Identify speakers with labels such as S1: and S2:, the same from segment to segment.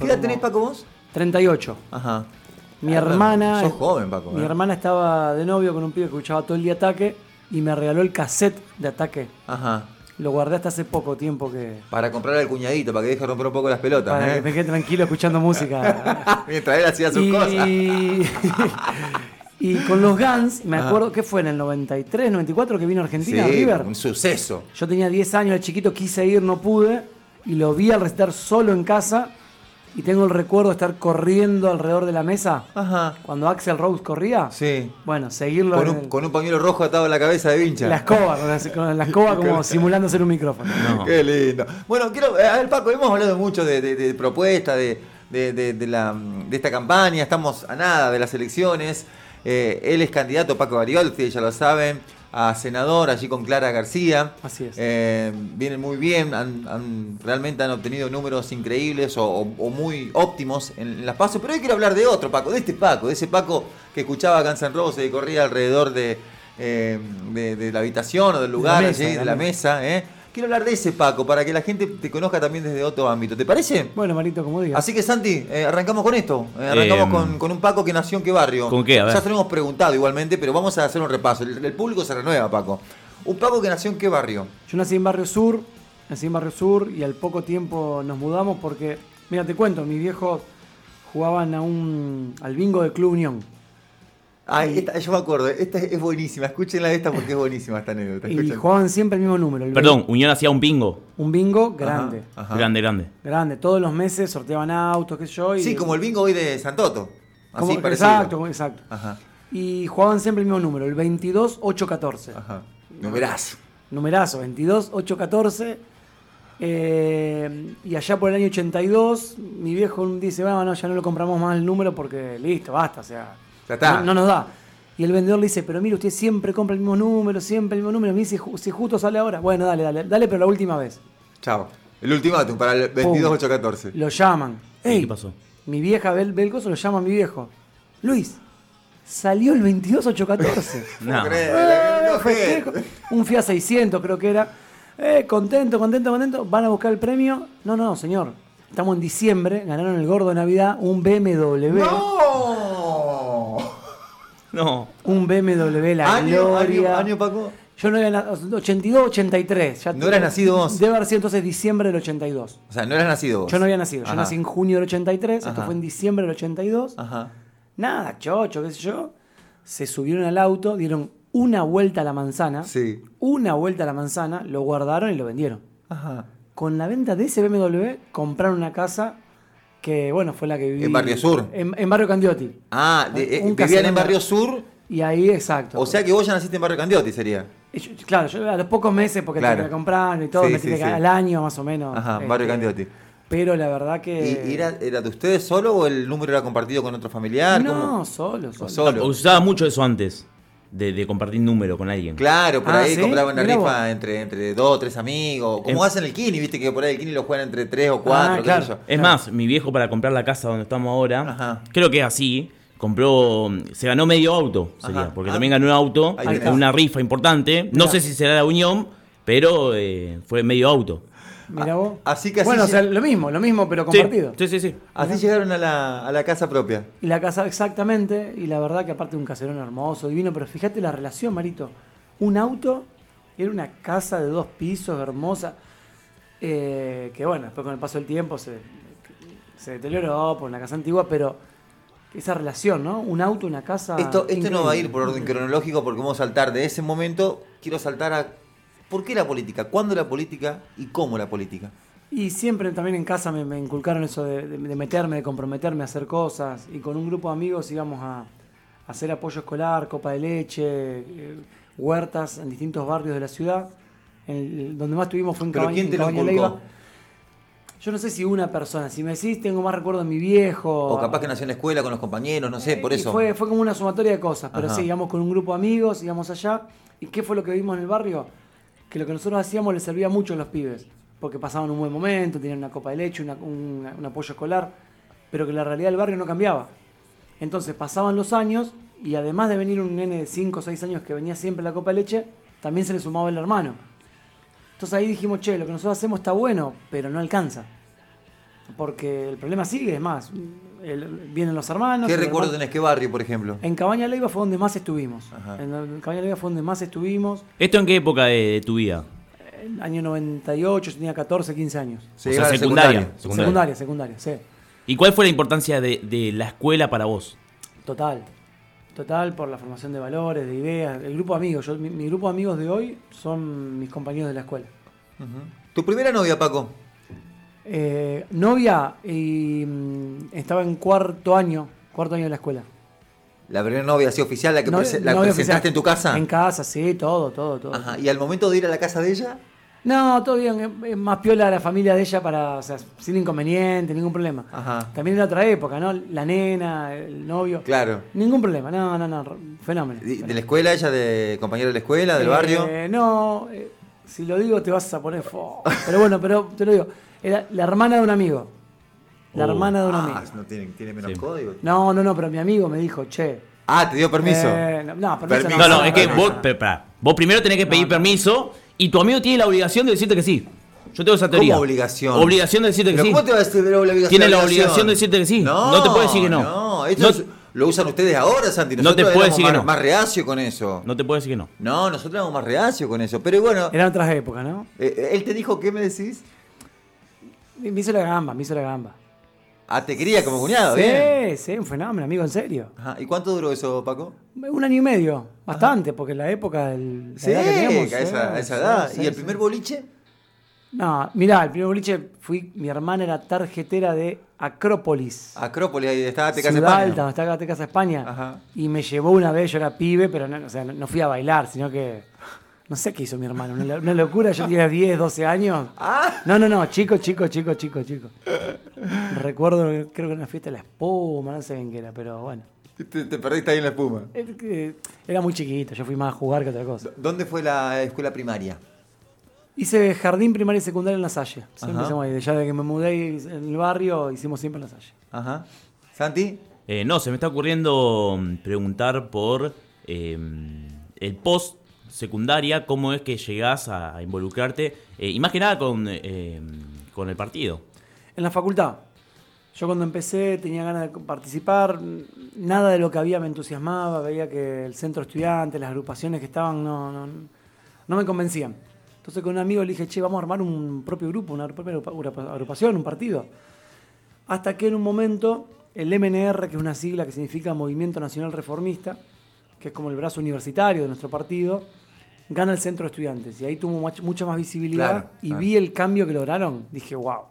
S1: ¿Qué edad tenés, Paco, vos?
S2: 38.
S1: Ajá.
S2: Mi
S1: Ah, bueno,
S2: hermana.
S1: Sos joven, Paco.
S2: Mi
S1: ¿eh?
S2: hermana estaba de novio con un pibe que escuchaba todo el día ataque y me regaló el cassette de ataque.
S1: Ajá.
S2: Lo guardé hasta hace poco tiempo que.
S1: Para comprar al cuñadito, para que deje romper un poco las pelotas,
S2: Para
S1: ¿eh?
S2: que me quede tranquilo escuchando música.
S1: Mientras él hacía sus
S2: y...
S1: cosas.
S2: y con los Guns, me
S1: Ajá.
S2: acuerdo que fue en el 93, 94 que vino Argentina
S1: Sí,
S2: River.
S1: un suceso.
S2: Yo tenía 10 años, de chiquito quise ir, no pude. Y lo vi al recitar solo en casa. Y tengo el recuerdo de estar corriendo alrededor de la mesa.
S1: Ajá.
S2: Cuando Axel Rose corría.
S1: Sí.
S2: Bueno, seguirlo
S1: Con
S2: en
S1: un,
S2: el-
S1: con un pañuelo rojo atado a la cabeza de Vincha.
S2: la escoba. Con la, con la escoba como simulando ser un micrófono.
S1: Qué lindo. Bueno, quiero, eh, a ver, Paco, hemos hablado mucho de, de- de propuestas, de, de- de- de la, de esta campaña, estamos a nada de las elecciones. Eh, él es candidato, Paco Gariolfi, ya lo saben, a senador, allí con Clara García.
S2: Así es.
S1: Eh, vienen muy bien, han- han- realmente han obtenido números increíbles o, o- o muy óptimos en, en las pasos. Pero hoy quiero hablar de otro Paco, de este Paco, de ese Paco que escuchaba Guns N' Roses y corría alrededor de, eh, de- de la habitación o del lugar,
S2: mesa,
S1: allí, de la mesa. ¿eh? Quiero hablar de ese Paco para que la gente te conozca también desde otro ámbito. ¿Te parece?
S2: Bueno, Marito, como digas.
S1: Así que Santi, eh, arrancamos con esto. Eh, arrancamos
S3: Em,
S1: con, con un Paco que nació en qué barrio.
S3: ¿Con qué? A ver.
S1: Ya se lo hemos preguntado igualmente, pero vamos a hacer un repaso. El, el público se renueva, Paco. Un Paco que nació en qué barrio.
S2: Yo nací en Barrio Sur, nací en Barrio Sur y al poco tiempo nos mudamos porque, mira, te cuento, mis viejos jugaban a un, al bingo de Club Unión.
S1: Ay, esta- yo me acuerdo, esta es es buenísima. Escúchenla de esta porque es buenísima esta anécdota.
S2: Y
S1: escuchen.
S2: jugaban siempre el mismo número. el
S3: Perdón, Unión hacía un bingo.
S2: bingo. Un bingo
S1: Ajá,
S2: grande.
S1: ajá.
S3: Grande, grande.
S2: Grande. Todos los meses sorteaban autos, qué sé yo. Y,
S1: Sí, como el bingo hoy de Santoto. Así
S2: como-
S1: parecido.
S2: Exacto, como- exacto.
S1: Ajá,
S2: Y jugaban siempre el mismo número, el 22-8-14.
S1: ajá. Numerazo.
S2: Numerazo, 22, 8, 14. Eh, y allá por el año 82, mi viejo un- dice, bueno, no, ya no lo compramos más el número porque listo, basta, o sea,
S1: Ya está.
S2: No, no nos da. Y el vendedor le dice, pero mire, usted siempre compra el mismo número, siempre el mismo número. Me dice, "Ju- si justo sale ahora, bueno, dale, dale, dale, pero la última vez.
S1: Chao. El ultimátum para el
S2: Pum.
S1: 22-8-14.
S2: Lo llaman.
S3: ¿Y
S2: Ey,
S3: qué pasó?
S2: Mi vieja ve el, ve el coso, lo llama a mi viejo. Luis, salió el 22-8-14.
S3: No.
S2: Eh, festejo. Un FIA 600 creo que era. Eh, contento, contento, contento. Van a buscar el premio. No, no, señor. Estamos en diciembre. Ganaron el gordo de Navidad un BMW.
S1: ¡No!
S3: No.
S2: Un BMW, la
S1: Año, año,
S2: gloria.
S1: año, Paco.
S2: Yo no era na- 82, 83. ya
S1: No
S2: te-
S1: eras nacido vos.
S2: Debe haber sido entonces diciembre del 82.
S1: O sea, no eras nacido vos.
S2: Yo no había nacido.
S1: Ajá.
S2: Yo nací en junio del 83. Esto
S1: Ajá.
S2: fue en diciembre del 82.
S1: Ajá.
S2: Nada, chocho, qué sé yo. Se subieron al auto, dieron una vuelta a la manzana.
S1: Sí.
S2: Una vuelta a la manzana, lo guardaron y lo vendieron.
S1: Ajá.
S2: Con la venta de ese BMW compraron una casa que, bueno, fue la que viví.
S1: En Barrio Sur.
S2: En, en Barrio Candioti.
S1: Ah, de-
S2: Un
S1: eh, vivían
S2: caserón
S1: en Barrio
S2: de-
S1: Sur.
S2: Y ahí, exacto.
S1: O sea que vos ya naciste en Barrio Candioti, sería.
S2: Y yo- claro, yo a los pocos meses, porque
S1: Claro.
S2: tenía que comprar y todo,
S1: Sí,
S2: me tenía
S1: sí,
S2: que-
S1: sí.
S2: al año más o menos. este,
S1: Ajá, Barrio Candioti.
S2: Pero la verdad que.
S1: ¿Y era, era de ustedes solo o el número era compartido con otro familiar?
S2: No,
S1: ¿Cómo?
S2: solo, solo.
S1: O solo.
S3: O se usaba mucho eso antes, de, de compartir número con alguien.
S1: Claro, por
S2: Ah,
S1: ahí
S2: ¿sí?
S1: compraban la
S2: Mirá
S1: rifa
S2: vos. Em-
S1: entre, entre dos, tres amigos. Como
S3: En-
S1: hacen el Kini, viste que por ahí el Kini lo juegan entre tres o cuatro,
S2: Ah,
S1: qué
S2: claro.
S1: sé yo.
S3: Es más, mi viejo para comprar la casa donde estamos ahora,
S1: Ajá.
S3: creo que es así, compró, se ganó medio auto, sería,
S1: Ajá.
S3: porque
S1: Ah.
S3: también ganó un auto
S1: Ahí
S3: en
S1: tenés.
S3: una rifa importante. No sé si será la unión, pero eh, fue medio auto.
S2: Mirá vos.
S1: así que así
S2: Bueno, o
S1: se-
S2: sea, lo mismo, lo mismo, pero
S3: Sí,
S2: compartido.
S3: Sí, sí, sí.
S1: Así llegaron a la, a la casa propia.
S2: Y la casa, exactamente. Y la verdad que aparte de un caserón hermoso, divino, pero fíjate la relación, Marito. Un auto, era una casa de dos pisos, hermosa. eh, que bueno, después con el paso del tiempo se, se deterioró por una casa antigua, pero esa relación, ¿no? Un auto, una casa.
S1: Esto, esto no va a ir
S2: increíble.
S1: por orden cronológico porque vamos a saltar de ese momento. Quiero saltar a. ¿Por qué la política? ¿Cuándo la política? ¿Y cómo la política?
S2: Y siempre también en casa me, me inculcaron eso de, de- de meterme, de comprometerme a hacer cosas. Y con un grupo de amigos íbamos a, a hacer apoyo escolar, copa de leche, eh, huertas en distintos barrios de la ciudad. En el- donde más tuvimos fue en
S1: ¿Pero
S2: Cabaña,
S1: quién
S2: en
S1: te lo
S2: Cabaña
S1: inculcó?
S2: Leiva. Yo no sé si una persona, si me decís, tengo más recuerdo de mi viejo.
S1: O capaz que nació en la escuela con los compañeros, no sé, por
S2: Y
S1: eso.
S2: Ah. Fue, fue como una sumatoria de cosas, pero
S1: Ajá.
S2: sí, íbamos con un grupo de amigos, íbamos allá. ¿Y qué fue lo que vimos en el barrio? Que lo que nosotros hacíamos les servía mucho a los pibes, porque pasaban un buen momento, tenían una copa de leche, una- un- un apoyo escolar, pero que la realidad del barrio no cambiaba. Entonces pasaban los años y además de venir un nene de 5 o 6 años que venía siempre a la copa de leche, también se le sumaba el hermano. Entonces ahí dijimos, che, lo que nosotros hacemos está bueno, pero no alcanza. Porque el problema sigue, es más. el- vienen los hermanos.
S1: ¿Qué
S2: el
S1: recuerdo
S2: hermano-
S1: tenés? ¿Qué barrio, por ejemplo?
S2: En Cabaña Leiva fue donde más estuvimos.
S1: Ajá.
S2: En, en Cabaña Leiva fue donde más estuvimos.
S3: ¿Esto en qué época de, de tu vida?
S2: En año 98, yo tenía 14, 15 años.
S1: Sí,
S3: o sea,
S1: era
S3: secundaria.
S2: Secundaria, secundaria, sí.
S3: ¿Y cuál fue la importancia de, de la escuela para vos?
S2: Total. Total, por la formación de valores, de ideas. El grupo de amigos. Yo, mi, mi grupo de amigos de hoy son mis compañeros de la escuela.
S1: Ujú. ¿Tu primera novia, Paco?
S2: Eh, novia, y, mm, estaba en cuarto año, cuarto año de la escuela.
S1: ¿La primera novia así oficial, la que
S2: No-
S1: prese- la
S2: novia
S1: presentaste
S2: oficial.
S1: en tu casa?
S2: En casa, sí, todo, todo, todo.
S1: Ajá. ¿Y al momento de ir a la casa de ella?
S2: No, todo bien. es- Es más piola la familia de ella para, o sea, sin inconveniente, ningún problema.
S1: Ajá.
S2: También era otra época, ¿no? La nena, el novio.
S1: Claro.
S2: Ningún problema, no, no, no, fenómeno.
S1: ¿De de la escuela, ella de compañero de la escuela, del
S2: Eh,
S1: barrio?
S2: No, eh, si lo digo te vas a poner fo. Pero bueno, pero te lo digo. Era la hermana de un amigo. La
S3: Oh.
S2: hermana de un
S1: Ah,
S2: amigo.
S1: no tiene, tiene menos
S3: Sí.
S1: código.
S2: No, no, no, pero mi amigo me dijo, che.
S1: Ah, te dio permiso.
S2: eh, no, no, permiso,
S1: Permiso.
S3: No, no, es que
S1: no,
S3: vos,
S1: no.
S3: pero pará, vos primero tenés que pedir permiso y tu amigo tiene la obligación de decirte que sí. Yo tengo esa
S1: ¿Cómo
S3: teoría.
S1: obligación?
S3: Obligación de decirte que
S1: ¿Pero
S3: sí.
S1: ¿Cómo te va a decir la obligación?
S3: Tiene la obligación de decirte que sí. No te puede decir que no.
S1: No, esto
S3: No-
S1: es- lo usan ustedes ahora, Santi.
S3: No te
S1: Nosotros
S3: puede
S1: éramos
S3: decir que
S1: más,
S3: no.
S1: más reacio con eso. No.
S3: No te puedo decir que no.
S1: nosotros éramos más reacio con eso. Pero bueno,
S2: Eran otras épocas, ¿no?
S1: eh, él te dijo, ¿qué me decís?
S2: Me hizo la gamba, me hizo la gamba.
S1: Ah, te quería como cuñado,
S2: sí,
S1: bien.
S2: sí, un fenómeno, amigo, en serio.
S1: Ajá. ¿Y cuánto duró eso, Paco?
S2: Un año y medio, bastante, porque la época del. la
S1: Sí,
S2: edad que teníamos,
S1: a
S2: sí,
S1: esa, a esa
S2: sí,
S1: edad.
S2: sí,
S1: ¿Y el
S2: sí.
S1: primer boliche?
S2: No, mirá, el primer boliche fui. Mi hermana era tarjetera de Acrópolis.
S1: Acrópolis, ahí estaba Tecas
S2: Ciudad
S1: Ah, España.
S2: Alta, donde está acá Te Casa España.
S1: Ajá.
S2: Y me llevó una vez, yo era pibe, pero no, o sea, no- no fui a bailar, sino que. No sé qué hizo mi hermano, una, lo- una locura, yo tenía 10, 12 años.
S1: Ah.
S2: No, no, no, chico, chico, chico, chico, chico. Recuerdo, creo que era una fiesta de la espuma, no sé bien qué era, pero bueno.
S1: Te, te perdiste ahí en la espuma.
S2: Es que Era muy chiquito, yo fui más a jugar que otra cosa.
S1: ¿Dónde fue la escuela primaria?
S2: Hice jardín primaria y secundaria en La Salle. Siempre
S1: Ajá.
S2: hicimos ahí. Ya de que me mudé en el barrio, hicimos siempre en La Salle.
S1: Ajá. ¿Santi?
S3: Eh, no, se me está ocurriendo mm, preguntar por eh, el post secundaria, cómo es que llegás a a involucrarte, eh, y más que nada con, eh, con el partido.
S2: En la facultad. Yo cuando empecé tenía ganas de participar, nada de lo que había me entusiasmaba, veía que el centro estudiante, las agrupaciones que estaban, no, no, no me convencían. Entonces con un amigo le dije, che, vamos a armar un propio grupo, una propia agrupa- agrupa- agrupación, un partido. Hasta que en un momento el MNR, que es una sigla que significa Movimiento Nacional Reformista, que es como el brazo universitario de nuestro partido, gana el centro de estudiantes. Y ahí tuvo much- mucha más visibilidad
S1: Claro,
S2: y
S1: claro.
S2: vi el cambio que lograron. Dije, wow,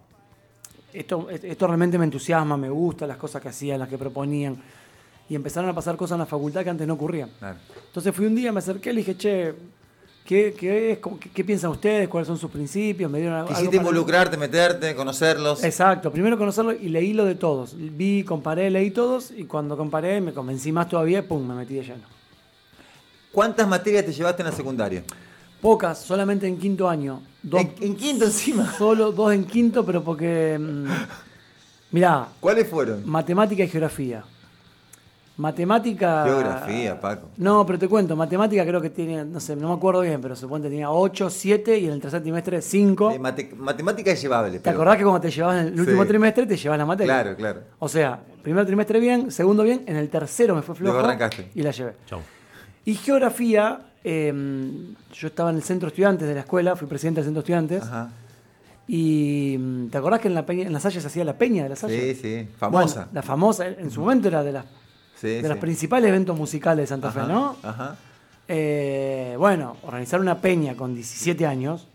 S2: esto, esto realmente me entusiasma, me gusta las cosas que hacían, las que proponían. Y empezaron a pasar cosas en la facultad que antes no ocurrían. Entonces fui un día, me acerqué, le dije, che, ¿qué, qué es? ¿Cómo- ¿Qué, qué piensan ustedes? ¿Cuáles son sus principios? Me dieron algo- algo
S1: Quisiste
S2: para-
S1: involucrarte, meterte, conocerlos.
S2: Exacto, primero conocerlo y leí lo de todos. Vi, comparé, leí todos y cuando comparé me convencí más todavía, pum, me metí de lleno.
S1: ¿Cuántas materias te llevaste en la secundaria?
S2: Pocas, solamente en quinto año. Dos,
S1: En, en quinto encima.
S2: Solo dos en quinto, pero porque... mm, mirá,
S1: ¿Cuáles fueron?
S2: matemática y geografía. Matemática...
S1: Geografía, Paco.
S2: No, pero te cuento, matemática creo que tiene, no sé, no me acuerdo bien, pero supongo que tenía 8, 7 y en el tercer trimestre 5.
S1: Eh, mate- matemática es llevable.
S2: ¿Te
S1: pero-
S2: acordás que cuando te llevabas en el último
S1: Sí.
S2: trimestre te llevabas la materia?
S1: Claro, claro.
S2: O sea, primer trimestre bien, segundo bien, en el tercero me fue flojo
S1: Luego arrancaste.
S2: y la llevé.
S3: Chau.
S2: Y geografía, eh, yo estaba en el centro estudiantes de la escuela, fui presidente del centro estudiantes.
S1: Ajá.
S2: Y mm, ¿te acordás que en la, peña- en la Salle se hacía la peña de la Salle?
S1: Sí, sí. Famosa.
S2: Bueno, la famosa, en su momento era de las,
S1: Sí,
S2: de
S1: sí.
S2: los principales eventos musicales de Santa
S1: Ajá,
S2: Fe, ¿no?
S1: Ajá.
S2: Eh, bueno, organizar una peña con 17 años,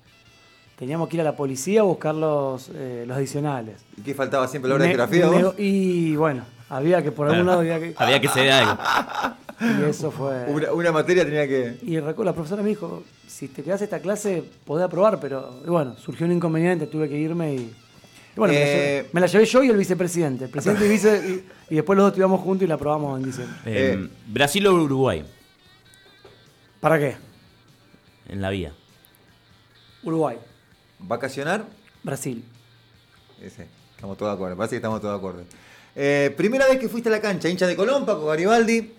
S2: teníamos que ir a la policía a buscar los, eh, los adicionales.
S1: ¿Y qué faltaba siempre la hora de
S2: Ne-
S1: geografía
S2: nego-
S1: vos?
S2: Y bueno, había que por algún lado había que.
S3: Había que ceder algo.
S2: Y eso fue.
S1: Una, una materia tenía que.
S2: Y recu- la profesora me dijo, si te quedás esta clase, podés aprobar, pero y bueno, surgió un inconveniente, tuve que irme y. y bueno, me, la
S1: Eh,
S2: llevé, me la llevé yo y el vicepresidente. El presidente y vice. Y, y después los dos estudiamos juntos y la aprobamos en diciembre.
S3: Eh,
S1: Eh.
S3: Brasil o Uruguay
S2: ¿Para qué?
S3: en la vida.
S2: Uruguay,
S1: ¿Vacacionar?
S2: Brasil.
S1: Ese. Estamos todos de acuerdo. Parece que estamos todos de acuerdo. Eh, primera vez que fuiste a la cancha, hincha de Colón, Paco Garibaldi.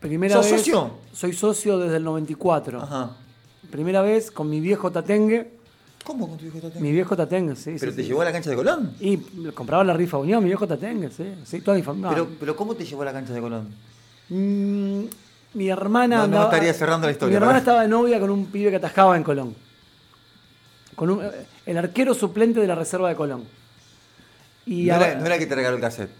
S2: Primera
S1: ¿Sos
S2: vez-
S1: socio?
S2: Soy socio desde el 94.
S1: Ajá.
S2: Primera vez con mi viejo Tatengue.
S1: ¿Cómo con tu viejo Tatengue?
S2: Mi viejo Tatengue, sí.
S1: ¿Pero
S2: sí,
S1: te
S2: sí.
S1: llevó a la cancha de Colón?
S2: Y compraba la rifa Unión, mi viejo Tatengue, sí. Sí, toda mi familia.
S1: Pero, pero ¿cómo te llevó a la cancha de Colón?
S2: Mm, mi hermana.
S1: No, no estaría cerrando la historia,
S2: Mi hermana
S1: pará.
S2: estaba de novia con un pibe que atajaba en Colón. Con un- eh, el arquero suplente de la reserva de Colón. Y
S1: no,
S2: a-
S1: era, no era que te regaló el cassette.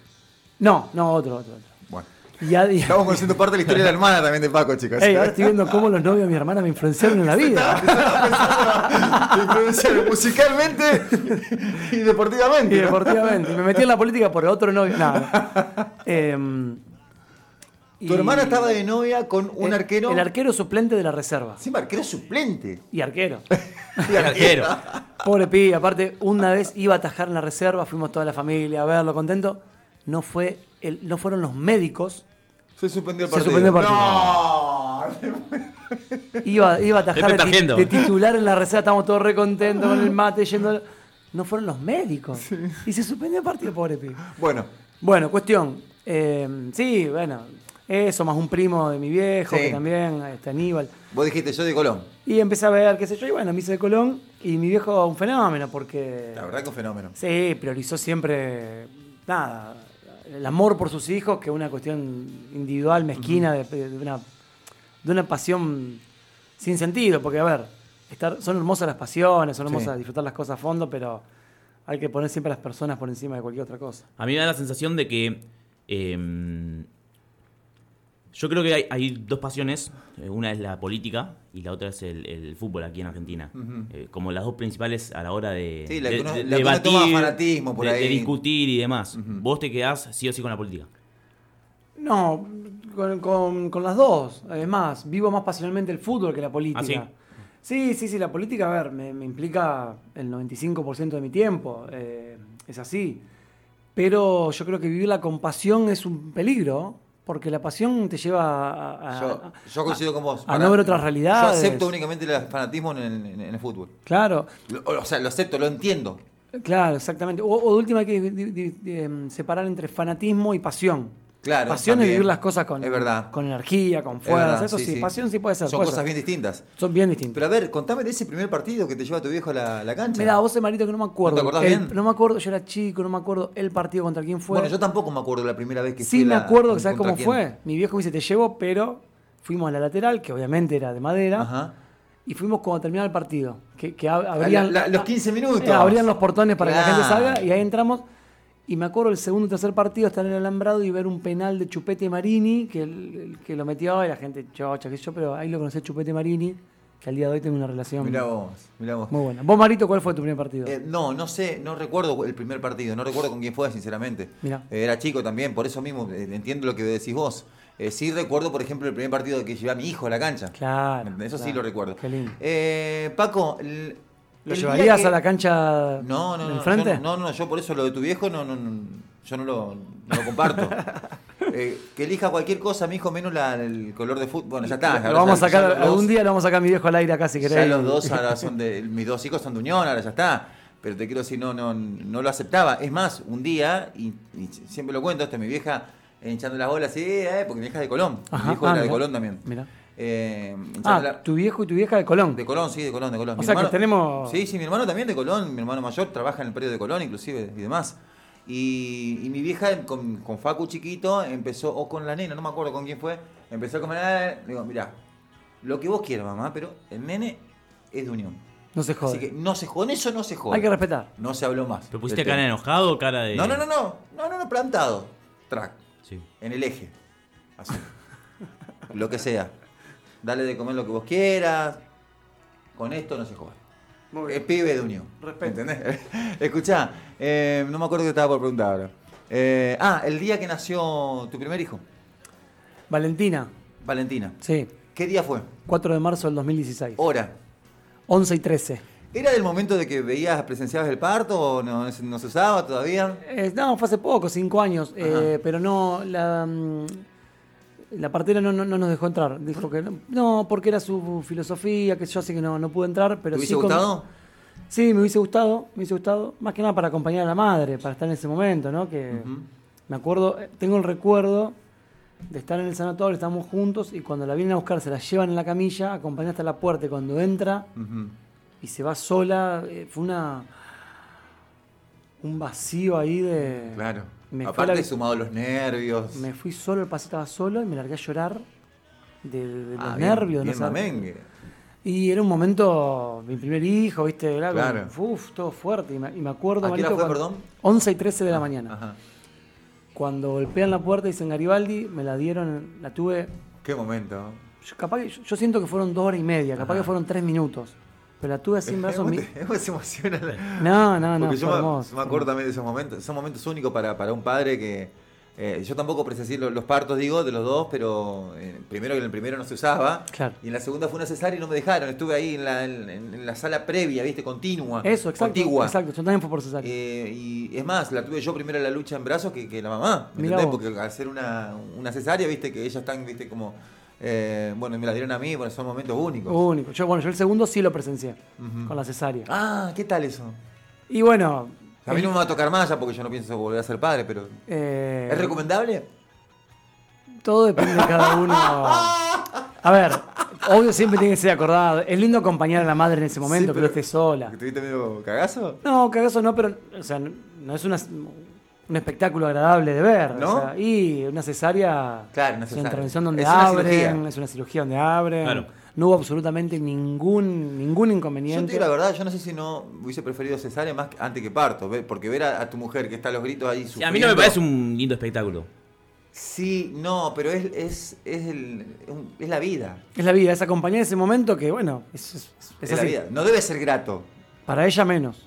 S2: no, no, otro, otro. otro.
S1: Bueno.
S2: Y a- y-
S1: Estamos conociendo parte de la historia de la hermana también de Paco, chicos.
S2: Ey, ahora estoy viendo cómo los novios de mi hermana me influenciaron en la vida.
S1: Te influenciaron musicalmente y deportivamente.
S2: Y
S1: ¿no?
S2: deportivamente. Y Me metí en la política por otro novio. Nada. Em,
S1: Tu
S2: y-
S1: hermana estaba de novia con un
S2: el-
S1: arquero.
S2: El arquero suplente de la reserva.
S1: Sí, arquero suplente.
S2: Y arquero.
S1: Y
S3: Arquero.
S2: Pobre pibe, aparte, una vez iba a atajar en la reserva, fuimos toda la familia a verlo, contento. No, fue el- no fueron los médicos,
S1: Se suspendió el
S2: Se
S1: partido.
S2: suspendió el partido.
S1: No.
S2: iba, iba a atajar
S3: Pepe
S2: de, ti-
S3: Targento.
S2: de titular en la reserva, estábamos todos re contentos con el mate yendo. No fueron los médicos. Y se suspendió el partido, pobre pibe.
S1: Bueno,
S2: Bueno, cuestión. eh, sí, bueno, eso, más un primo de mi viejo,
S1: Sí.
S2: que también, este, Aníbal.
S1: vos dijiste yo de Colón.
S2: Y empecé a ver, qué sé yo, y bueno, me hice de Colón. Y mi viejo, un fenómeno, porque.
S1: La verdad que un fenómeno.
S2: Sí, priorizó siempre, nada, el amor por sus hijos que una cuestión individual, mezquina, de, de una, de una pasión sin sentido, porque a ver, estar, son hermosas las pasiones, son
S1: Sí.
S2: hermosas disfrutar las cosas a fondo, pero hay que poner siempre a las personas por encima de cualquier otra cosa.
S3: A mí me da la sensación de que. eh, yo creo que hay, hay dos pasiones. Eh, Una es la política y la otra es el, el fútbol aquí en Argentina. Eh, como las dos principales a la hora de.
S1: Sí, la
S3: de-
S1: que uno-
S3: de-
S1: la
S3: de
S1: que uno toma
S3: debatir,
S1: fanatismo por
S3: de- de
S1: ahí.
S3: discutir y demás. Vos te quedás sí o sí con la política.
S2: No, con, con- con las dos. Es más, vivo más pasionalmente el fútbol que la política.
S3: ¿Ah, sí?
S2: sí? sí, sí, la política, a ver, me, me implica el 95% de mi tiempo. eh, es así. Pero yo creo que vivirla con pasión es un peligro, porque la pasión te lleva a. a-
S1: Yo, yo coincido con vos.
S2: a
S1: Pará.
S2: Ah. no ver otras
S1: Yo
S2: realidades.
S1: acepto únicamente el fanatismo en el, en el fútbol.
S2: Claro,
S1: Lo- o sea, lo acepto, lo entiendo.
S2: claro, exactamente. O, o de última hay que di- di- di- em, separar entre fanatismo y pasión.
S1: Claro,
S2: Pasión es
S1: también.
S2: vivir las cosas con,
S1: Es verdad.
S2: con energía, con
S1: Es verdad,
S2: fuerza. Eso sí, pasión sí puede ser.
S1: Son
S2: puede
S1: cosas
S2: ser.
S1: bien distintas.
S2: Son bien distintos.
S1: Pero a ver, contame de ese primer partido que te lleva tu viejo a la, la cancha.
S2: Mira, vos, Marito, que no me acuerdo.
S1: ¿No te acordás
S2: El-
S1: bien?
S2: No me acuerdo, yo era chico, no me acuerdo el partido contra quién fue.
S1: Bueno, yo tampoco me acuerdo la primera vez que
S2: sí
S1: fui a
S2: me
S1: la-
S2: acuerdo que sabes
S1: contra
S2: cómo
S1: quién.
S2: fue. Mi viejo me dice, te llevo, pero fuimos a la lateral, que obviamente era de madera,
S1: Ajá.
S2: y fuimos cuando terminaba el partido. Que, que ab-
S1: la-
S2: abrían,
S1: la- los 15 minutos.
S2: eh, abrían los portones para que la gente
S1: Claro.
S2: salga, y ahí entramos. Y me acuerdo el segundo y tercer partido estar en el alambrado y ver un penal de Chupete Marini, que, el- el que lo metió, y la gente chocha, que yo, pero ahí lo conocí a Chupete Marini, que al día de hoy tengo una relación
S1: Mirá vos, mirá vos.
S2: muy buena. Vos, Marito, ¿cuál fue tu primer partido?
S1: Eh, no, no sé, no recuerdo el primer partido, no recuerdo con quién fue, sinceramente.
S2: Mirá.
S1: Eh, era chico también, por eso mismo eh, entiendo lo que decís vos. Eh, sí recuerdo, por ejemplo, el primer partido que llevé a mi hijo a la cancha.
S2: Claro.
S1: Eso sí
S2: claro.
S1: lo recuerdo.
S2: Qué lindo.
S1: Eh, Paco, el-
S2: ¿Lo
S1: el día
S2: llevarías
S1: que-
S2: a la cancha
S1: No, no,
S2: del
S1: no,
S2: frente?
S1: yo no, no, no, yo por eso lo de tu viejo no, no, no, yo no lo, no lo comparto. Eh, que elija cualquier cosa, mi hijo, menos la- el color de fútbol. Bueno, ya está.
S2: Lo
S1: ahora
S2: vamos
S1: ya-
S2: a sacar,
S1: ya los
S2: algún
S1: dos-
S2: día lo vamos a sacar a mi viejo al aire acá si
S1: Ya
S2: querés.
S1: los dos ahora son de, mis dos hijos son de unión, ahora ya está. Pero te quiero decir, no, no, no lo aceptaba. Es más, un día, y, y siempre lo cuento, hasta mi vieja hinchando las bolas, eh, eh, porque mi vieja es de Colón.
S2: Ajá,
S1: mi hijo
S2: ah,
S1: era de
S2: mirá,
S1: Colón también.
S2: mirá.
S1: Eh, hinchando
S2: Ah,
S1: la-
S2: tu viejo y tu vieja de Colón.
S1: de Colón, sí, de Colón, de Colón.
S2: O sea que tenemos-
S1: Sí, sí, mi hermano también de Colón, mi hermano mayor trabaja en el periodo de Colón, inclusive, y demás. Y, y mi vieja con, con Facu chiquito empezó, o con la nena, no me acuerdo con quién fue, empezó a comer. "Ah", Digo, mirá, lo que vos quieras, mamá, pero el nene es de unión.
S2: no se
S1: Así
S2: jode.
S1: que no se jode, en eso no se jode.
S2: Hay que respetar.
S1: No se habló más.
S3: ¿Pero pusiste
S1: del
S3: cara de
S1: tema.
S3: enojado o cara de.?
S1: Este- No, no, no, no, no, no, no, plantado. Track,
S3: Sí.
S1: en el eje. Así. lo que sea. Dale de comer lo que vos quieras. Con esto no se jode. El pibe de unión.
S2: Respeto.
S1: ¿Entendés? Escuchá, eh, no me acuerdo que estaba por preguntar ahora. Eh, ah, el día que nació tu primer hijo,
S2: Valentina,
S1: Valentina.
S2: sí.
S1: ¿Qué día fue?
S2: 4 de marzo del 2016.
S1: Hora.
S2: 11 y 13.
S1: ¿Era del momento de que veías, presenciabas el parto o no, no se usaba todavía?
S2: Eh, no, fue hace poco, 5 años. eh, pero no, la, mm, la partera no, no, no nos dejó entrar. Dijo que no, no, porque era su filosofía, que yo así que no, no pude entrar. Pero
S1: ¿Te hubiese
S2: sí con-
S1: gustado?
S2: Sí, me hubiese gustado, me hubiese gustado, más que nada para acompañar a la madre, para estar en ese momento, ¿no? Que me acuerdo, eh, tengo el recuerdo de estar en el sanatorio, estábamos juntos y cuando la vienen a buscar, se la llevan en la camilla, acompañada hasta la puerta y cuando entra, y se va sola. eh, fue una. Un vacío ahí de.
S1: Claro.
S2: Me fue
S1: Aparte
S2: la-
S1: sumado los nervios.
S2: Me fui solo, el paseo estaba solo y me largué a llorar de, de los
S1: Ah, bien,
S2: nervios.
S1: bien
S2: no saber-
S1: mamengue.
S2: Y era un momento, mi primer hijo, ¿viste? Era como,
S1: Claro.
S2: Uf, todo fuerte. Y me, y me acuerdo,
S1: ¿A qué hora
S2: Marito,
S1: fue,
S2: cuando-
S1: perdón? Ah,
S2: 11 y 13 de la mañana.
S1: Ajá.
S2: Cuando golpean la puerta y dicen Garibaldi, me la dieron, la tuve.
S1: Qué momento.
S2: Yo, capaz que- yo, yo siento que fueron dos horas y media, capaz
S1: Ajá.
S2: que fueron tres minutos. Pero la tuve así en brazos.
S1: Vos
S2: mi-
S1: te- vos se emociona la-
S2: No, no, no.
S1: Porque yo
S2: fue
S1: me-
S2: hermoso,
S1: me, acuerdo también de esos momentos. Son momentos únicos para, para un padre que. eh, yo tampoco presencié lo- los, partos, digo, de los dos, pero eh, primero que en el primero no se usaba.
S2: Claro.
S1: Y en la segunda fue una cesárea y no me dejaron. Estuve ahí en la, en, en la sala previa, ¿viste? Continua.
S2: Eso, exacto.
S1: Contigua.
S2: Exacto, yo también fue por cesárea.
S1: Eh, y es más, la tuve yo primero la lucha en brazos que, que la mamá. ¿me
S2: Mirá
S1: entendés?
S2: vos.
S1: Porque al hacer una, una cesárea, viste, que ellas están, viste, como. eh, bueno, y me la dieron a mí, bueno, son momentos únicos.
S2: Único. Yo, bueno, yo el segundo sí lo presencié, con la cesárea.
S1: Ah, ¿qué tal eso?
S2: Y bueno.
S1: A mí
S2: el-
S1: no me va a tocar más ya porque yo no pienso volver a ser padre, pero.
S2: eh,
S1: ¿Es recomendable?
S2: Todo depende de cada uno. A ver, obvio siempre tiene que ser acordado. Es lindo acompañar a la madre en ese momento,
S1: Sí,
S2: pero, esté sola.
S1: ¿Que ¿Tuviste medio cagazo?
S2: No, cagazo no, pero o sea, no no es una- un espectáculo agradable de ver.
S1: ¿No?
S2: o sea, y una cesárea
S1: Claro, una
S2: es
S1: cesárea.
S2: una intervención donde
S1: Es una
S2: abren,
S1: cirugía.
S2: es una cirugía donde abren.
S3: Claro.
S2: No hubo absolutamente ningún ningún
S1: Yo te
S2: inconveniente.
S1: digo la verdad, yo no sé si no hubiese preferido cesárea más que- antes que parto, ve- porque ver a, a tu mujer que está a los gritos ahí
S3: Sí, a mí no me
S1: sufriendo-
S3: parece un lindo espectáculo.
S1: Sí, no, pero es, es, es, el- es un- es la vida.
S2: Es la vida, es acompañar ese momento que, bueno, es, es- es
S1: Es, la
S2: así.
S1: vida. No debe ser grato.
S2: Para ella menos.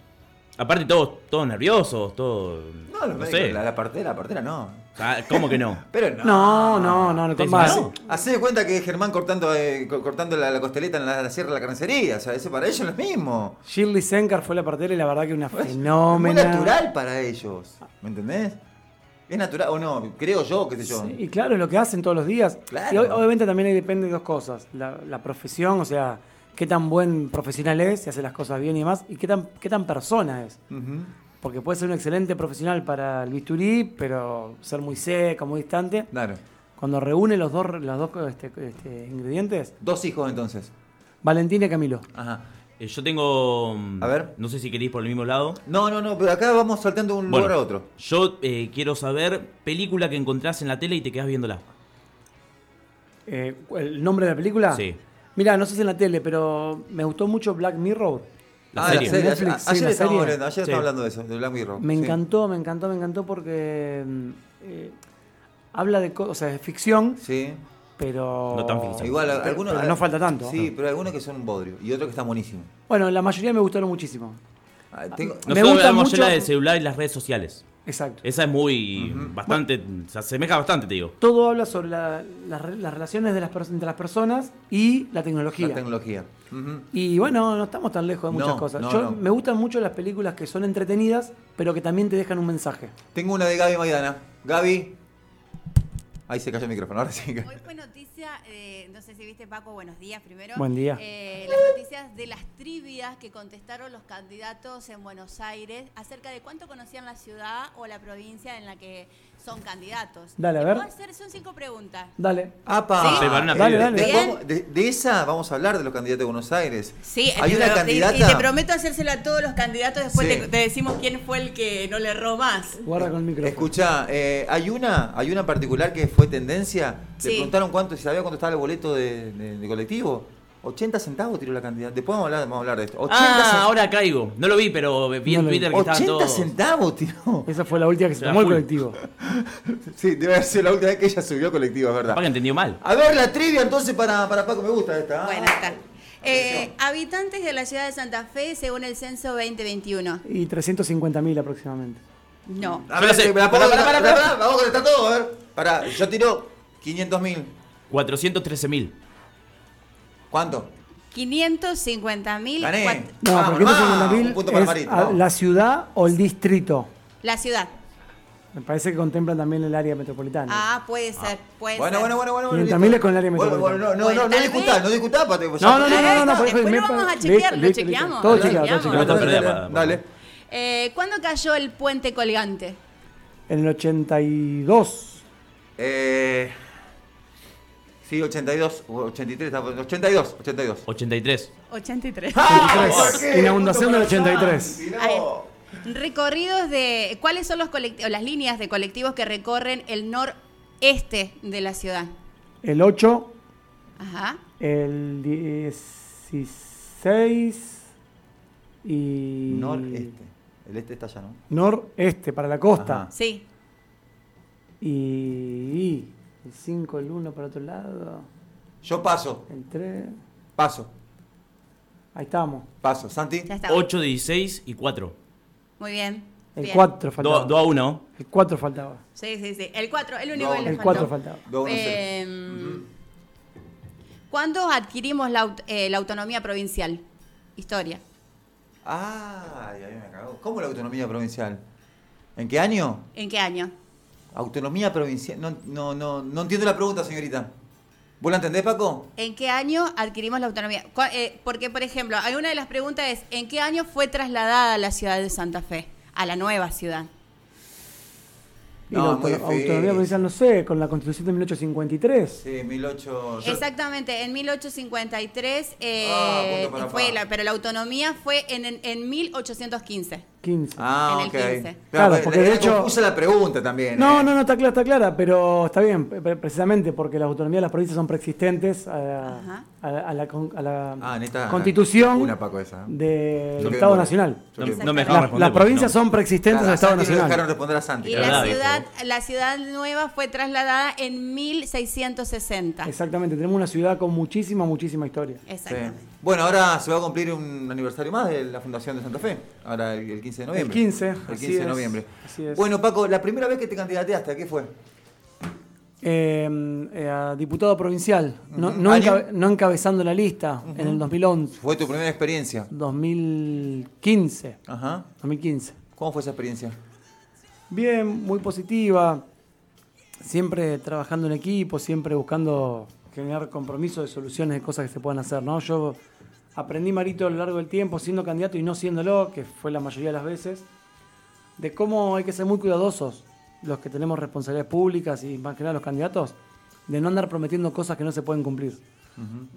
S3: Aparte, todos, todos nerviosos, todos.
S1: No,
S3: No,
S1: los médicos,
S3: sé.
S1: La, la partera, la partera no.
S3: Ah, ¿Cómo que no?
S1: Pero no.
S2: No, no, no, no.
S3: ¿Te dicen
S2: más.
S3: no?
S1: Hacé de cuenta que Germán cortando, eh, co- cortando la, la costeleta en la, la sierra de la carnicería. O sea, ese para ellos no es mismo.
S2: Shirley Senkar fue la partera y la verdad que una
S1: Es
S2: fenómena.
S1: Muy natural para ellos. ¿Me entendés? Es natural, o no, creo yo, qué sé yo.
S2: Sí, y claro, es lo que hacen todos los días.
S1: Claro.
S2: Y ob- obviamente también ahí depende de dos cosas. La, la profesión, o sea, qué tan buen profesional es, si hace las cosas bien y demás, y qué tan, qué tan persona es.
S1: Ujú.
S2: Porque puede ser un excelente profesional para el bisturí, pero ser muy seca, muy distante.
S1: Claro.
S2: Cuando reúne los dos, los dos este, este, ingredientes,
S1: Dos hijos entonces.
S2: Valentina y Camilo.
S1: Ajá.
S3: Eh, yo tengo. mm,
S1: A ver.
S3: No sé si queréis por el mismo lado.
S1: No, no, no, pero acá vamos saltando de un
S3: Bueno,
S1: lugar a otro.
S3: Yo eh, quiero saber película que encontrás en la tele y te quedás viéndola.
S2: Eh, ¿El nombre de la película?
S3: Sí.
S2: Mirá, no sé si en la tele, pero me gustó mucho Black Mirror.
S3: La
S1: ah,
S3: serie.
S1: la serie. Ayer,
S2: Netflix, sí,
S1: ayer
S2: la
S1: estábamos
S2: serie.
S1: hablando- ayer
S3: Sí.
S1: estábamos hablando de eso, de Black Mirror.
S2: Me
S1: Sí.
S2: encantó, me encantó, me encantó porque mm, eh, habla de cosas, o sea, es ficción,
S1: Sí.
S2: pero...
S3: No tan ficción.
S1: Igual,
S2: pero-
S1: algunos.
S2: pero no falta tanto.
S1: Sí, pero algunos que son un bodrio y otros que están buenísimos.
S2: Bueno, la mayoría me gustaron muchísimo.
S1: Ah, tengo-
S2: Me
S3: Nosotros
S2: gusta
S3: hablamos
S2: mucho-
S3: ya la de celular y las redes sociales.
S2: Exacto.
S3: Esa es muy. bastante. Se asemeja bastante, te digo.
S2: Todo habla sobre la- la re- las relaciones de las, pers- entre las personas y la tecnología.
S1: La tecnología. Ujú.
S2: Y bueno, no estamos tan lejos de muchas
S1: No,
S2: cosas.
S1: no,
S2: Yo,
S1: no.
S2: Me gustan mucho las películas que son entretenidas, pero que también te dejan un mensaje.
S1: Tengo una de Gaby Maidana. Gaby. Ahí se cayó el micrófono, ahora sí.
S4: Hoy fue noticia, eh, no sé si viste Paco, buenos días primero.
S2: Buen día.
S4: Eh, las noticias de las trivias que contestaron los candidatos en Buenos Aires acerca de cuánto conocían la ciudad o la provincia en la que son candidatos.
S2: Dale, a
S4: ¿Te
S2: ver.
S4: puedo hacer? Son cinco preguntas.
S2: Dale.
S1: ¡Apa!
S3: Sí, para una
S1: Dale,
S3: película.
S1: dale. De,
S4: Bien.
S1: vamos- de- de esa vamos a hablar de los candidatos de Buenos Aires.
S4: Sí,
S1: Hay
S4: te
S1: una
S4: pro- te-
S1: candidata.
S4: y te prometo hacérselo a todos los candidatos, después
S1: Sí.
S4: te, te decimos quién fue el que no le erró más.
S2: Guarda con el micrófono.
S1: Escucha, hay una, hay una en particular que fue tendencia.
S4: Sí.
S1: Le preguntaron cuánto, si sabía cuánto estaba el boleto de, de- de colectivo. 80 centavos tiró la cantidad. Después vamos a hablar, vamos a hablar de esto. 80,
S3: Ah,
S1: cen-
S3: ahora caigo. No lo vi, pero vi en
S2: No lo vi.
S3: Twitter que estaban
S1: 80
S3: todos.
S1: centavos tiró.
S2: Esa fue la última que se
S3: Era
S2: tomó el
S3: full.
S2: colectivo.
S1: Sí, debe haber sido la última vez que ella subió colectivo, es
S3: Capaz que
S1: verdad.
S3: entendió mal.
S1: A ver, la trivia entonces para, para Paco, me gusta esta. ¿ah?
S4: Bueno, está. Eh, habitantes de la ciudad de Santa Fe según el censo 2021.
S2: Y 350.000 aproximadamente.
S4: No.
S1: A
S3: Yo
S1: ver,
S3: lo sé.
S1: me la pongo,
S3: Pará,
S1: pará,
S3: pará, pará,
S1: pará, vamos a conectar todo, a ver. Pará, yo tiro 500 mil.
S3: 413.000.
S1: ¿Cuánto?
S4: 550 mil.
S1: Gané.
S2: No,
S1: Vamos,
S2: porque
S1: vamos,
S2: 350.000
S1: un punto para
S2: es
S1: Marito,
S2: a-
S1: vamos.
S2: la ciudad o el distrito.
S4: La ciudad.
S2: Me parece que contemplan también el área metropolitana.
S4: Ah, puede ser, puede
S1: Bueno,
S4: ser.
S1: bueno, bueno, bueno.
S2: 500.000
S1: listo.
S2: es con el área
S1: Bueno, bueno,
S2: metropolitana.
S1: no, no, no,
S4: Bueno, pues.
S1: no
S4: tal
S1: discutás,
S4: vez.
S1: no discutás, Pate. pues,
S2: No, no, no, no, no, no, por eso
S4: Después
S2: me-
S4: lo vamos a
S2: listo,
S4: chequear, lo
S2: listo, listo.
S4: chequeamos.
S2: Todo
S4: lo
S2: chequeado, todo
S4: chequeamos.
S2: chequeado.
S3: No te perdés,
S1: Dale,
S3: pa-
S1: dale.
S4: Eh, ¿Cuándo cayó el puente colgante?
S2: En el 82.
S1: Eh, Sí, 82, o 83, está- pues, 82, 82.
S3: 83.
S4: 83.
S2: Ah.
S1: ¡Ah!
S2: 83. Inundación del 83.
S4: Ahí. Recorridos de. ¿Cuáles son los colectivos, las líneas de colectivos que recorren el noreste de la ciudad?
S2: El 8,
S4: Ajá.
S2: el 16 y...
S1: Noreste. El este está allá, ¿no?
S2: Noreste, para la costa.
S1: Ajá.
S4: Sí.
S2: Y... El 5, el 1 para otro lado.
S1: Yo paso,
S2: El 3...
S1: paso,
S2: Ahí estamos.
S1: paso. Santi.
S4: Ya está.
S3: 8, 16 y 4.
S4: Muy bien.
S2: El
S4: Bien.
S2: 4 faltaba.
S3: 2 a 1.
S2: El 4 faltaba.
S4: Sí, sí, sí. El 4, el único
S1: No,
S4: que le
S2: El
S4: faltó.
S2: 4 faltaba.
S1: Dos, uno, cero.
S4: Em, ¿Cuándo adquirimos la, aut- eh, la autonomía provincial? Historia.
S1: Ay, ahí me cagó. ¿Cómo la autonomía provincial? ¿En qué año?
S4: ¿En qué año?
S1: Autonomía provincial. No, no, no, no entiendo la pregunta, señorita. ¿Vos la entendés, Paco?
S4: ¿En qué año adquirimos la autonomía? Cu- eh, porque, por ejemplo, hay una de las preguntas es, ¿en qué año fue trasladada la ciudad de Santa Fe? A la nueva ciudad.
S2: Y
S1: No, pues, eh, es muy
S2: la auto- autonomía
S1: difícil.
S2: provincial, no sé, con la constitución de 1853.
S1: Sí, 1800.
S4: Exactamente, en 1853 eh,
S1: Ah, punto para
S4: fue,
S1: Pablo.
S4: la, pero la autonomía fue en, en, en 1815.
S2: 15.
S1: Ah,
S4: En el
S1: ok. eh,
S4: 15.
S2: Claro, porque de hecho-
S1: Puse la pregunta también.
S2: No,
S1: eh.
S2: no, no, está clara, está clara, pero está bien, pre- pre- precisamente porque la autonomía de las provincias son preexistentes a,
S4: Ajá.
S2: a- a la, con- a la
S1: Ah, neta,
S2: constitución
S1: una, Paco, esa.
S2: del
S1: Yo quedé
S2: Estado
S1: muero.
S2: Nacional.
S1: Yo
S3: No,
S1: quedé-
S3: no me
S2: Las-
S3: dejaron
S2: las
S3: responder. porque
S2: provincias
S3: no.
S2: son preexistentes
S1: Claro,
S2: al
S1: a
S2: Estado
S1: Santi no dejaron
S2: Nacional.
S1: responder a Santi.
S4: Y
S1: la
S4: la
S1: verdad.
S3: dijo.
S4: ciudad, la ciudad nueva fue trasladada en 1660.
S2: Exactamente, tenemos una ciudad con muchísima, muchísima historia.
S1: Sí.
S4: Exactamente.
S1: Bueno, ahora se va a cumplir un aniversario más de la fundación de Santa Fe. Ahora el, el 15 de noviembre.
S2: El 15,
S1: El
S2: así
S1: 15 de
S2: es,
S1: noviembre.
S2: así es.
S1: Bueno, Paco, la primera vez que te candidateaste, ¿a ¿qué fue?
S2: Eh, eh, a diputado provincial, no,
S1: Ujú.
S2: no
S1: ¿Año?
S2: encabe- no encabezando la lista en el 2011,
S1: Fue tu primera experiencia.
S2: 2015,
S1: Ajá.
S2: 2015.
S1: ¿Cómo fue esa experiencia?
S2: Bien, muy positiva. Siempre trabajando en equipo, siempre buscando generar compromisos de soluciones de cosas que se puedan hacer, ¿no? Yo aprendí, Marito, a lo largo del tiempo, siendo candidato y no siéndolo, que fue la mayoría de las veces, de cómo hay que ser muy cuidadosos los que tenemos responsabilidades públicas y más que nada los candidatos, de no andar prometiendo cosas que no se pueden cumplir.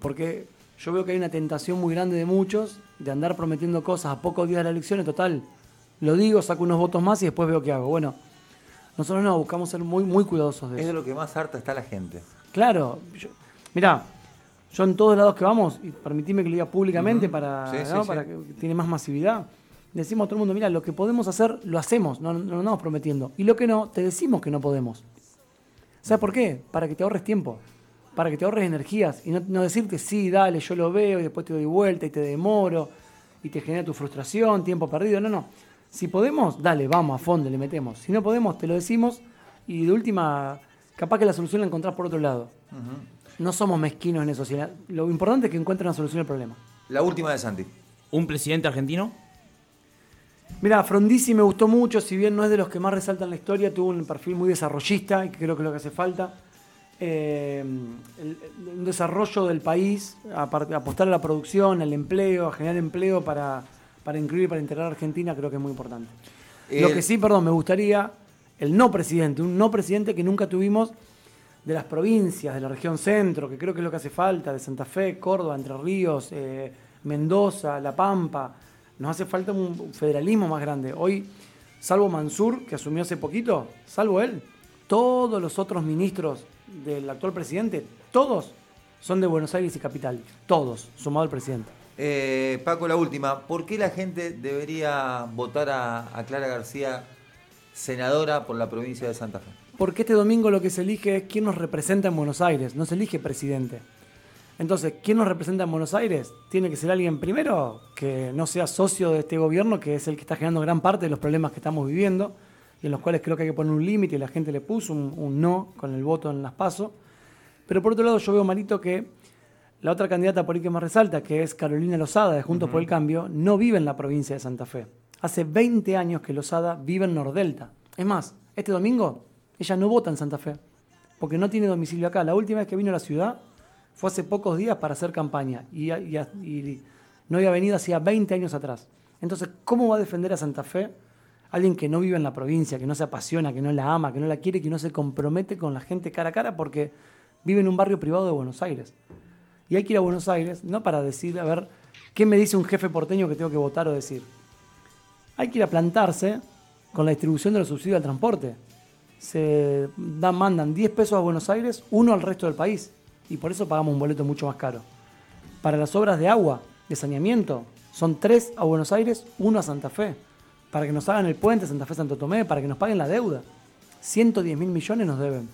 S2: Porque yo veo que hay una tentación muy grande de muchos de andar prometiendo cosas a pocos días de las elecciones, total. Lo digo, saco unos votos más y después veo qué hago. Bueno, nosotros no, buscamos ser muy, muy cuidadosos de
S1: Es
S2: eso.
S1: de lo que más harta está la gente.
S2: Claro, yo, mirá, yo en todos lados que vamos, y permitime que lo diga públicamente
S1: Ujú.
S2: para,
S1: Sí, sí,
S2: ¿no?
S1: sí.
S2: para que tiene más masividad, decimos a todo el mundo, mira, lo que podemos hacer, lo hacemos, no, no, no andamos prometiendo. Y lo que no, te decimos que no podemos. ¿Sabes por qué? Para que te ahorres tiempo, para que te ahorres energías y no, no decirte, sí, dale, yo lo veo y después te doy vuelta y te demoro y te genera tu frustración, tiempo perdido. No, no. Si podemos, dale, vamos a fondo, le metemos. Si no podemos, te lo decimos y de última, capaz que la solución la encontrás por otro lado. No somos mezquinos en eso. sino Lo importante es que encuentren una solución al problema.
S1: La última de Santi.
S3: ¿Un presidente argentino?
S2: Mira, Frondizi me gustó mucho, si bien no es de los que más resaltan la historia, tuvo un perfil muy desarrollista, y que creo que es lo que hace falta. Eh, el- el- un desarrollo del país, apar- apostar a la producción, al empleo, a generar empleo para, para incluir, para integrar a Argentina, creo que es muy importante. Lo
S1: El-
S2: que sí, perdón, me gustaría el no presidente, un no presidente que nunca tuvimos de las provincias, de la región centro, que creo que es lo que hace falta, de Santa Fe, Córdoba, Entre Ríos, eh, Mendoza, La Pampa. Nos hace falta un federalismo más grande. Hoy, salvo Mansur, que asumió hace poquito, salvo él, todos los otros ministros del actual presidente, todos son de Buenos Aires y Capital. Todos, sumado al presidente.
S1: Eh, Paco, la última. ¿Por qué la gente debería votar a, a Clara García, senadora por la provincia de Santa Fe?
S2: Porque este domingo lo que se elige es quién nos representa en Buenos Aires, no se elige presidente. Entonces, ¿quién nos representa en Buenos Aires? Tiene que ser alguien primero que no sea socio de este gobierno, que es el que está generando gran parte de los problemas que estamos viviendo y en los cuales creo que hay que poner un límite y la gente le puso un, un no con el voto en las pasos. Pero por otro lado, yo veo, Marito, que la otra candidata por ahí que más resalta, que es Carolina Lozada de Juntos por el Cambio, no vive en la provincia de Santa Fe. Hace 20 años que Lozada vive en Nordelta. Es más, este domingo ella no vota en Santa Fe, porque no tiene domicilio acá. La última vez que vino a la ciudad fue hace pocos días para hacer campaña y, a- y a- y no había venido hacía 20 años atrás. Entonces, ¿cómo va a defender a Santa Fe alguien que no vive en la provincia, que no se apasiona, que no la ama, que no la quiere, que no se compromete con la gente cara a cara? Porque vive en un barrio privado de Buenos Aires. Y hay que ir a Buenos Aires no para decir, a ver, ¿qué me dice un jefe porteño que tengo que votar o decir? Hay que ir a plantarse con la distribución de los subsidios al transporte. Se dan, mandan 10 pesos a Buenos Aires, uno al resto del país. Y por eso pagamos un boleto mucho más caro. Para las obras de agua, de saneamiento, son 3 a Buenos Aires, uno a Santa Fe. Para que nos hagan el puente Santa Fe-Santo Tomé, para que nos paguen la deuda. 110 mil millones nos deben.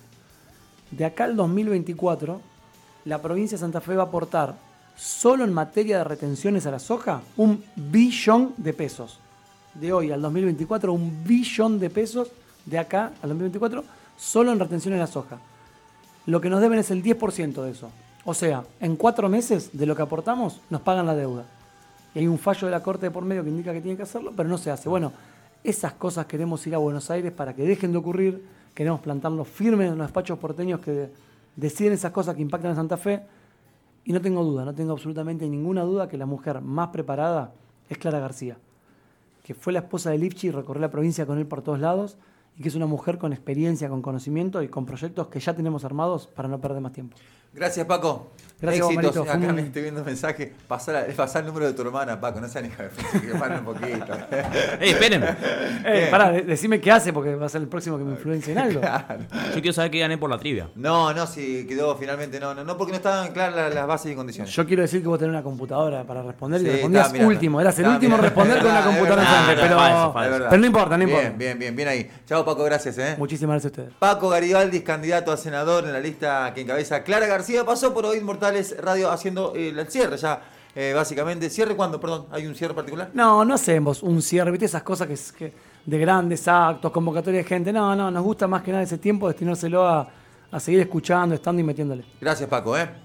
S2: De acá al 2024, la provincia de Santa Fe va a aportar solo en materia de retenciones a la soja un billón de pesos. De hoy al 2024, un billón de pesos de acá al 2024 solo en retenciones a la soja. Lo que nos deben es el 10% de eso. O sea, en cuatro meses de lo que aportamos nos pagan la deuda. Y hay un fallo de la Corte de por medio que indica que tiene que hacerlo, pero no se hace. Bueno, esas cosas queremos ir a Buenos Aires para que dejen de ocurrir. Queremos plantarnos firmes en los despachos porteños que deciden esas cosas que impactan a Santa Fe. Y no tengo duda, no tengo absolutamente ninguna duda que la mujer más preparada es Clara García, que fue la esposa de Lipchi, recorrió la provincia con él por todos lados y que es una mujer con experiencia, con conocimiento y con proyectos que ya tenemos armados para no perder más tiempo.
S1: Gracias, Paco.
S2: Gracias, vos,
S1: Éxitos.
S2: Marito. Fue
S1: Acá
S2: un-
S1: me estoy viendo un mensaje. Pasá, la- pasá el número de tu hermana, Paco. No sean hija de puta, que paren un poquito.
S3: ¡Eh, esperen!
S2: Eh, pará, de- decime qué hace porque va a ser el próximo que me influencie en algo.
S1: Claro.
S3: Yo quiero saber qué gané por la trivia.
S1: No, no, si quedó finalmente. No, no, no, porque no estaban claras la- las, bases y condiciones.
S2: Yo quiero decir que vos tenés una computadora para responder y
S1: Sí,
S2: respondías
S1: estaba mirando.
S2: último. Eras el
S1: Estaba
S2: último en
S1: mirando.
S2: responder con una
S1: Ah, es
S2: computadora
S1: verdad,
S2: enfrente,
S3: es
S2: pero,
S3: falso, falso.
S1: Es verdad.
S2: pero no importa, no importa.
S1: Bien, bien, bien, bien ahí. Chao, Paco, gracias, ¿eh?
S2: Muchísimas gracias a ustedes.
S1: Paco Garibaldi, candidato a senador en la lista que encabeza Clara García, pasó por Oíd Mortales Radio haciendo eh, el cierre ya, eh, básicamente. ¿Cierre cuándo? Perdón, ¿hay un cierre particular?
S2: No, no hacemos un cierre, ¿viste? Esas cosas que, es- que- de grandes actos, convocatoria de gente. No, no, nos gusta más que nada ese tiempo destinárselo a, a seguir escuchando, estando y metiéndole.
S1: Gracias, Paco, ¿eh?